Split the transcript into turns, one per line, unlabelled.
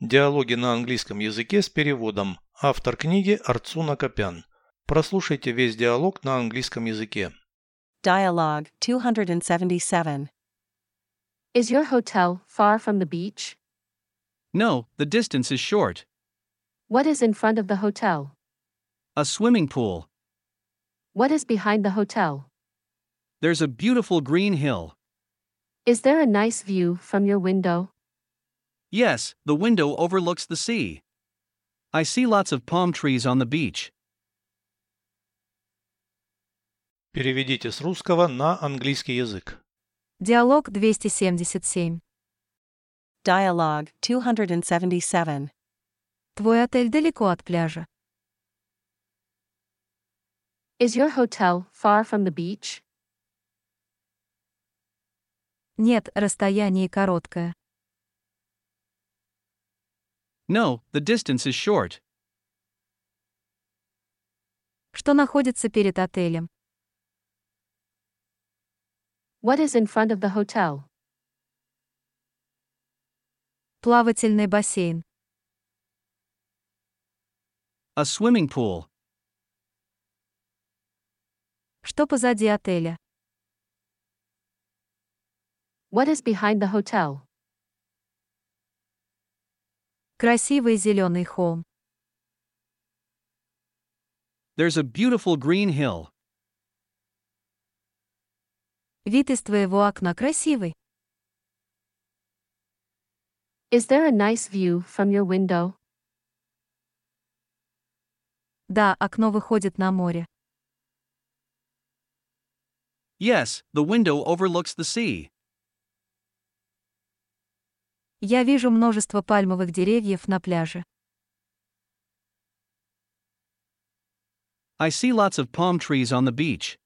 Диалоги на английском языке с переводом. Автор книги Арцуна Копян. Прослушайте весь диалог на английском языке.
Dialogue 277.
Is your hotel far from the beach?
No, the distance is short.
What is in front of the hotel?
A swimming pool.
What is behind the hotel?
There's a beautiful green hill.
Is there a nice view from your window?
Yes, the window overlooks the sea. I see lots of palm trees on the beach.
Переведите с русского на английский язык.
Диалог 277.
Dialogue 277.
Твой отель далеко от пляжа.
Is your hotel far from the beach?
Нет, расстояние короткое.
No, the distance is short.
Что находится перед отелем?
What is in front of the hotel?
Плавательный бассейн.
A swimming pool.
Что позади отеля?
What is behind the hotel?
Красивый зеленый холм.
There's a beautiful green hill.
Вид из твоего окна красивый.
Is there a nice view from your window?
Да, окно выходит на море.
Yes, the window overlooks the sea.
Я вижу множество пальмовых деревьев на пляже.
I see lots of palm trees on the beach.